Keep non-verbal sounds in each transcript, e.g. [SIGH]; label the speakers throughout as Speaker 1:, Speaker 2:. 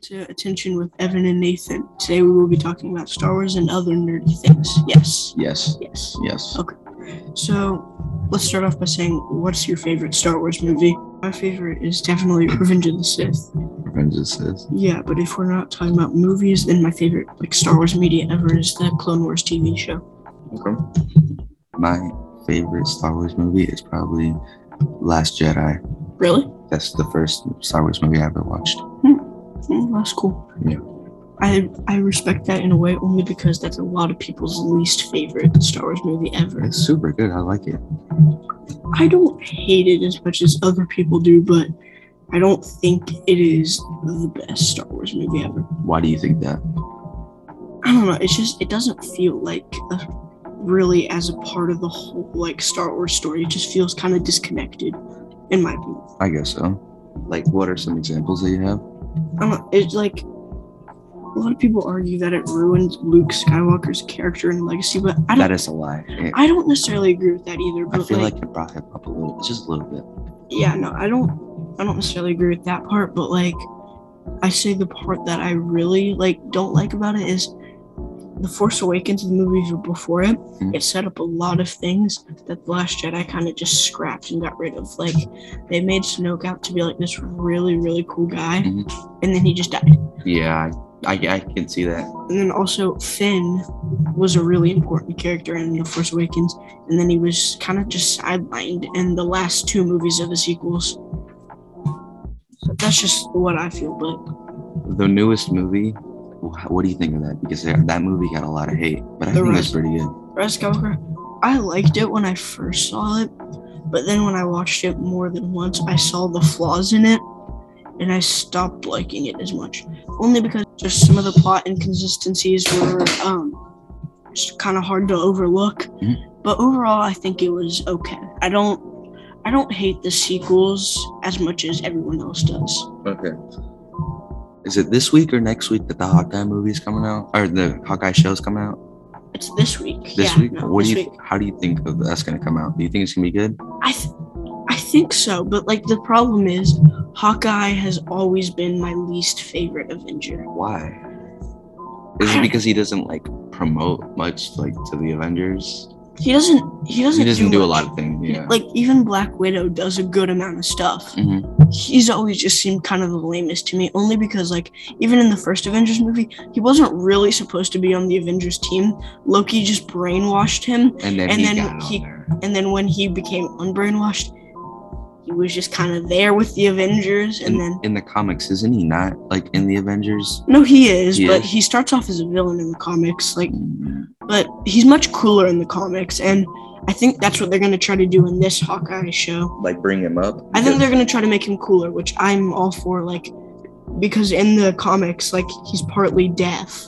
Speaker 1: to Attention with Evan and Nathan. Today we will be talking about Star Wars and other nerdy things. Yes,
Speaker 2: Yes.
Speaker 1: yes.
Speaker 2: Yes.
Speaker 1: So let's start off by saying, what's your favorite Star Wars movie? My favorite is definitely Revenge of the Sith.
Speaker 2: Revenge of the Sith.
Speaker 1: Yeah, but if we're not talking about movies, then my favorite like Star Wars media ever is the Clone Wars TV show.
Speaker 2: Okay. My favorite Star Wars movie is probably Last Jedi.
Speaker 1: Really?
Speaker 2: That's the first Star Wars movie I ever watched.
Speaker 1: Mm, that's cool.
Speaker 2: Yeah.
Speaker 1: I I respect that in a way only because that's a lot of people's least favorite Star Wars movie ever.
Speaker 2: It's super good. I like it.
Speaker 1: I don't hate it as much as other people do, but I don't think it is the best Star Wars movie ever.
Speaker 2: Why do you think that?
Speaker 1: I don't know. It's just it doesn't feel like a, really as a part of the whole like Star Wars story. It just feels kind of disconnected, in my opinion.
Speaker 2: I guess so. Like, what are some examples that you have?
Speaker 1: I don't. It's like a lot of people argue that it ruins Luke Skywalker's character and legacy, but I don't.
Speaker 2: That is a lie. It-
Speaker 1: I don't necessarily agree with that either.
Speaker 2: I
Speaker 1: But
Speaker 2: feel
Speaker 1: like,
Speaker 2: like it brought him up a little, just a little bit.
Speaker 1: yeah, no, I don't. I don't necessarily agree with that part, but like, I say the part that I really like don't like about it is the Force Awakens, the movies before it.
Speaker 2: Mhm.
Speaker 1: It set up a lot of things that the Last Jedi kind of just scrapped and got rid of. Like, they made Snoke out to be like this really, really cool guy,
Speaker 2: Mhm.
Speaker 1: and then he just died.
Speaker 2: Yeah, I, I, I can see that.
Speaker 1: And then also Finn was a really important character in The Force Awakens, and then he was kind of just sidelined in the last two movies of the sequels. So that's just what I feel, but
Speaker 2: The newest movie. wh- What do you think of that? Because that that movie got a lot of hate, but I
Speaker 1: The
Speaker 2: think it was
Speaker 1: Rise-
Speaker 2: pretty good.
Speaker 1: Rise of Skywalker, I liked it when I first saw it, but then when I watched it more than once, I saw the flaws in it, and I stopped liking it as much. Only because just some of the plot inconsistencies were um, just kind of hard to overlook.
Speaker 2: Mhm.
Speaker 1: But overall, I think it was okay. I don't. I don't hate the sequels as much as everyone else does.
Speaker 2: Okay. Is it this week or next week that the Hawkeye movie is coming out, or the Hawkeye show is coming out?
Speaker 1: It's this week.
Speaker 2: This
Speaker 1: yeah,
Speaker 2: week.
Speaker 1: no,
Speaker 2: what
Speaker 1: this
Speaker 2: do you?
Speaker 1: week.
Speaker 2: How do you think of that's gonna come out? Do you think it's gonna be good?
Speaker 1: I, th- I think so, but like the problem is, Hawkeye has always been my least favorite Avenger.
Speaker 2: Why? Is it because he doesn't like promote much like to the Avengers?
Speaker 1: He doesn't. He doesn't.
Speaker 2: He doesn't do a
Speaker 1: much.
Speaker 2: lot of things. Yeah.
Speaker 1: Like even Black Widow does a good amount of stuff.
Speaker 2: Mhm.
Speaker 1: He's always just seemed kind of the lamest to me, only because like even in the first Avengers movie, he wasn't really supposed to be on the Avengers team. Loki just brainwashed him,
Speaker 2: And then
Speaker 1: and
Speaker 2: he
Speaker 1: then
Speaker 2: got
Speaker 1: he-
Speaker 2: on there.
Speaker 1: and then when he became unbrainwashed, he was just kind of there with the Avengers, and
Speaker 2: In-
Speaker 1: then
Speaker 2: in the comics, isn't he not like in the Avengers?
Speaker 1: No, he is,
Speaker 2: He
Speaker 1: but
Speaker 2: is?
Speaker 1: he starts off as a villain in the comics. Like,
Speaker 2: Mm,
Speaker 1: but he's much cooler in the comics, and I think that's what they're gonna try to do in this Hawkeye show.
Speaker 2: Like bring him up.
Speaker 1: I think they're gonna try to make him cooler, which I'm all for. Like, because in the comics, like he's partly deaf.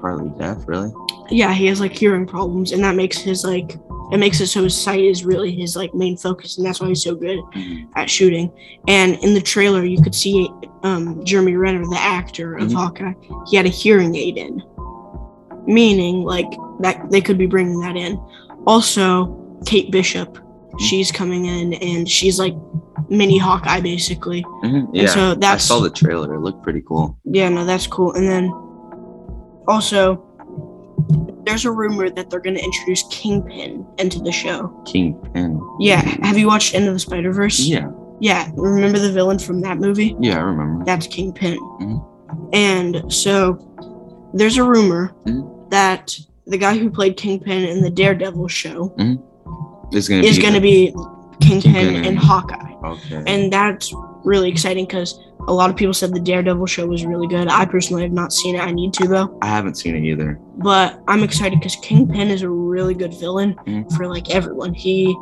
Speaker 2: partly deaf, really.
Speaker 1: Yeah, he has like hearing problems, and that makes his like it makes it so his sight is really his like main focus, and that's why he's so good
Speaker 2: Mm-hmm.
Speaker 1: at shooting. And in the trailer, you could see um, Jeremy Renner, the actor of
Speaker 2: Mhm.
Speaker 1: Hawkeye, he had a hearing aid in, meaning like that they could be bringing that in. Also, Kate Bishop,
Speaker 2: Mm-hmm.
Speaker 1: she's coming in and she's like mini Hawkeye basically.
Speaker 2: Mhm,
Speaker 1: and
Speaker 2: Yeah.
Speaker 1: so
Speaker 2: I
Speaker 1: that's
Speaker 2: saw the trailer. It looked pretty cool.
Speaker 1: yeah, no, that's cool. And then also. There's a rumor that they're going to introduce Kingpin into the show.
Speaker 2: Kingpin.
Speaker 1: Yeah. Have you watched End of the Spider Verse?
Speaker 2: Yeah.
Speaker 1: Yeah. Remember the villain from that movie?
Speaker 2: Yeah, I remember.
Speaker 1: That's Kingpin.
Speaker 2: Mhm.
Speaker 1: And so there's a rumor
Speaker 2: Mhm.
Speaker 1: that the guy who played Kingpin in the Daredevil show
Speaker 2: It's gonna
Speaker 1: is
Speaker 2: be
Speaker 1: going to be Kingpin,
Speaker 2: Kingpin
Speaker 1: in
Speaker 2: and-
Speaker 1: Hawkeye.
Speaker 2: okay.
Speaker 1: And that's really exciting because a lot of people said the Daredevil show was really good. I personally have not seen it. I need to, though.
Speaker 2: I haven't seen it either.
Speaker 1: But I'm excited because Kingpin is a really good villain
Speaker 2: Mhm.
Speaker 1: for like everyone. He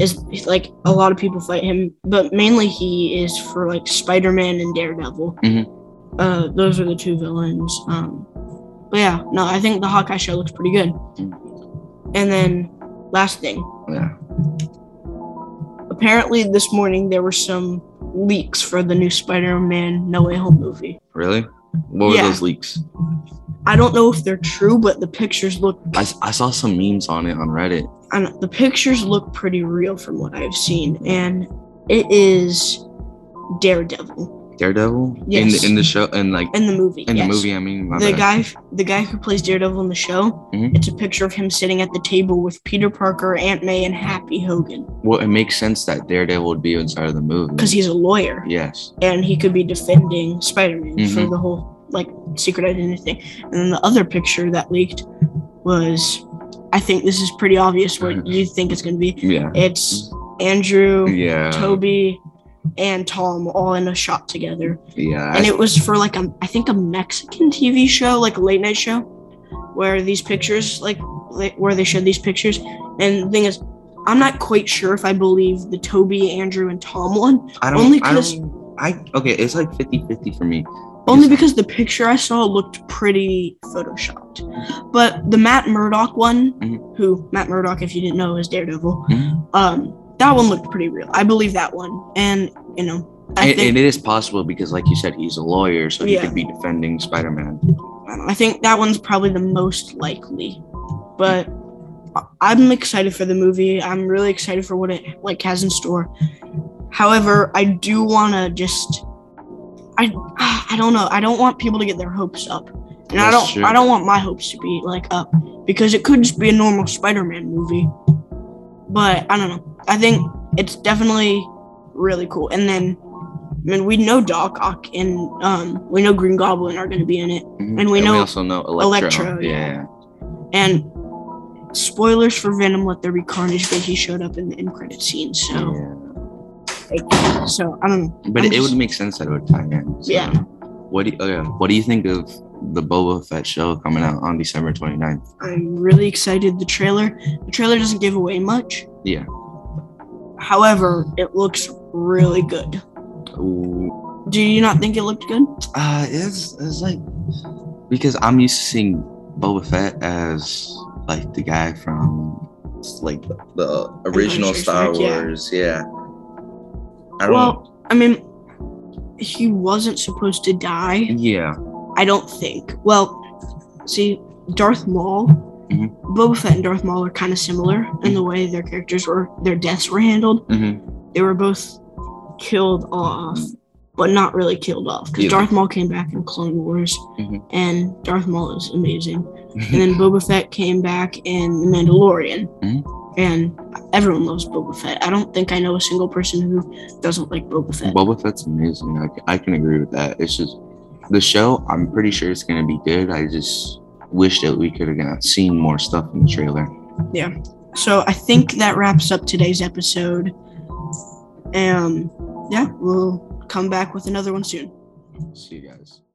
Speaker 1: is he's, like a lot of people fight him, but mainly he is for like Spider Man and Daredevil.
Speaker 2: Mhm.
Speaker 1: Uh, those are the two villains. Um, but yeah, no, I think the Hawkeye show looks pretty good.
Speaker 2: Mhm.
Speaker 1: And then last thing,
Speaker 2: Yeah.
Speaker 1: apparently this morning there were some leaks for the new Spider Man No Way Home movie.
Speaker 2: Really? What were
Speaker 1: Yeah.
Speaker 2: those leaks?
Speaker 1: I don't know if they're true, but the pictures look
Speaker 2: I, s- I saw some memes on it on Reddit.
Speaker 1: I don't, the pictures look pretty real from what I've seen, and it is Daredevil.
Speaker 2: Daredevil?
Speaker 1: Yes.
Speaker 2: In the, in the show, and like
Speaker 1: in the movie.
Speaker 2: in
Speaker 1: yes.
Speaker 2: the movie, I mean, my
Speaker 1: the
Speaker 2: bad.
Speaker 1: guy the guy who plays Daredevil in the show,
Speaker 2: Mhm.
Speaker 1: it's a picture of him sitting at the table with Peter Parker, Aunt May, and Happy Hogan
Speaker 2: Well, it makes sense that Daredevil would be inside of the movie.
Speaker 1: because he's a lawyer
Speaker 2: yes,
Speaker 1: and he could be defending Spider-Man for
Speaker 2: Mhm.
Speaker 1: the whole like secret identity thing. And then the other picture that leaked was, I think this is pretty obvious what you think it's going to be.
Speaker 2: yeah,
Speaker 1: It's Andrew,
Speaker 2: Mm-hmm. yeah,
Speaker 1: Toby, and Tom all in a shot together.
Speaker 2: yeah.
Speaker 1: and it was for like a I think a Mexican TV show, like a late night show, where these pictures, like li- where they showed these pictures. And the thing is, I'm not quite sure if I believe the Toby, Andrew, and Tom one,
Speaker 2: I don't.
Speaker 1: only
Speaker 2: I,
Speaker 1: 'cause-
Speaker 2: don't- I okay. It's like 50-50 for me.
Speaker 1: only because the picture I saw looked pretty photoshopped. But the Matt Murdock one,
Speaker 2: Mhm.
Speaker 1: who Matt Murdock, if you didn't know, is Daredevil.
Speaker 2: Mhm.
Speaker 1: Um, that one looked pretty real. I believe that one, and you know. I
Speaker 2: And,
Speaker 1: think,
Speaker 2: and it is possible because, like you said, he's a lawyer, so he
Speaker 1: Yeah.
Speaker 2: could be defending Spider-Man.
Speaker 1: I don't know. I think that one's probably the most likely, but I- I'm excited for the movie. I'm really excited for what it like has in store. However, I do want to just, I, I don't know. I don't want people to get their hopes up, and I
Speaker 2: That's
Speaker 1: don't,
Speaker 2: true.
Speaker 1: I don't want my hopes to be like up because it could just be a normal Spider-Man movie. But I don't know. I think it's definitely really cool. And then, I mean, we know Doc Ock and um, we know Green Goblin are going to be in it.
Speaker 2: Mhm.
Speaker 1: And we know
Speaker 2: also know Electro.
Speaker 1: Electro,
Speaker 2: yeah.
Speaker 1: yeah. And spoilers for Venom: Let There Be Carnage, but he showed up in the end credit scene. So,
Speaker 2: yeah.
Speaker 1: like, so I don't know.
Speaker 2: But
Speaker 1: I'm
Speaker 2: it,
Speaker 1: just-
Speaker 2: would make sense that it would tie in. so.
Speaker 1: Yeah.
Speaker 2: What do you, okay, What do you think of the Boba Fett show coming out on December 29th?
Speaker 1: I'm really excited. The trailer, the trailer doesn't give away much.
Speaker 2: Yeah.
Speaker 1: However, it looks really good.
Speaker 2: Ooh.
Speaker 1: Do you not think it looked good?
Speaker 2: Uh, it's it's like because I'm used to seeing Boba Fett as like the guy from like the, the original
Speaker 1: Empire Strikes
Speaker 2: Star
Speaker 1: Back, yeah.
Speaker 2: Wars. Yeah. I don't.
Speaker 1: Well, I mean, he wasn't supposed to die.
Speaker 2: yeah.
Speaker 1: I don't think. Well, see, Darth Maul,
Speaker 2: Mhm.
Speaker 1: Boba Fett and Darth Maul are kind of similar in the way their characters were, their deaths were handled.
Speaker 2: Mm-hmm.
Speaker 1: They were both killed off, but not really killed off because
Speaker 2: Yeah.
Speaker 1: Darth Maul came back in Clone Wars,
Speaker 2: Mhm.
Speaker 1: and Darth Maul is amazing.
Speaker 2: mm-hmm. [LAUGHS]
Speaker 1: and then Boba Fett came back in The Mandalorian.
Speaker 2: Mhm.
Speaker 1: And everyone loves Boba Fett. I don't think I know a single person who doesn't like Boba Fett.
Speaker 2: Boba Fett's amazing. I, c- I can agree with that. It's just the show. I'm pretty sure it's gonna be good. I just wish that we could have seen more stuff in the trailer.
Speaker 1: so I think that wraps up today's episode. Um, yeah, we'll come back with another one soon.
Speaker 2: See you guys.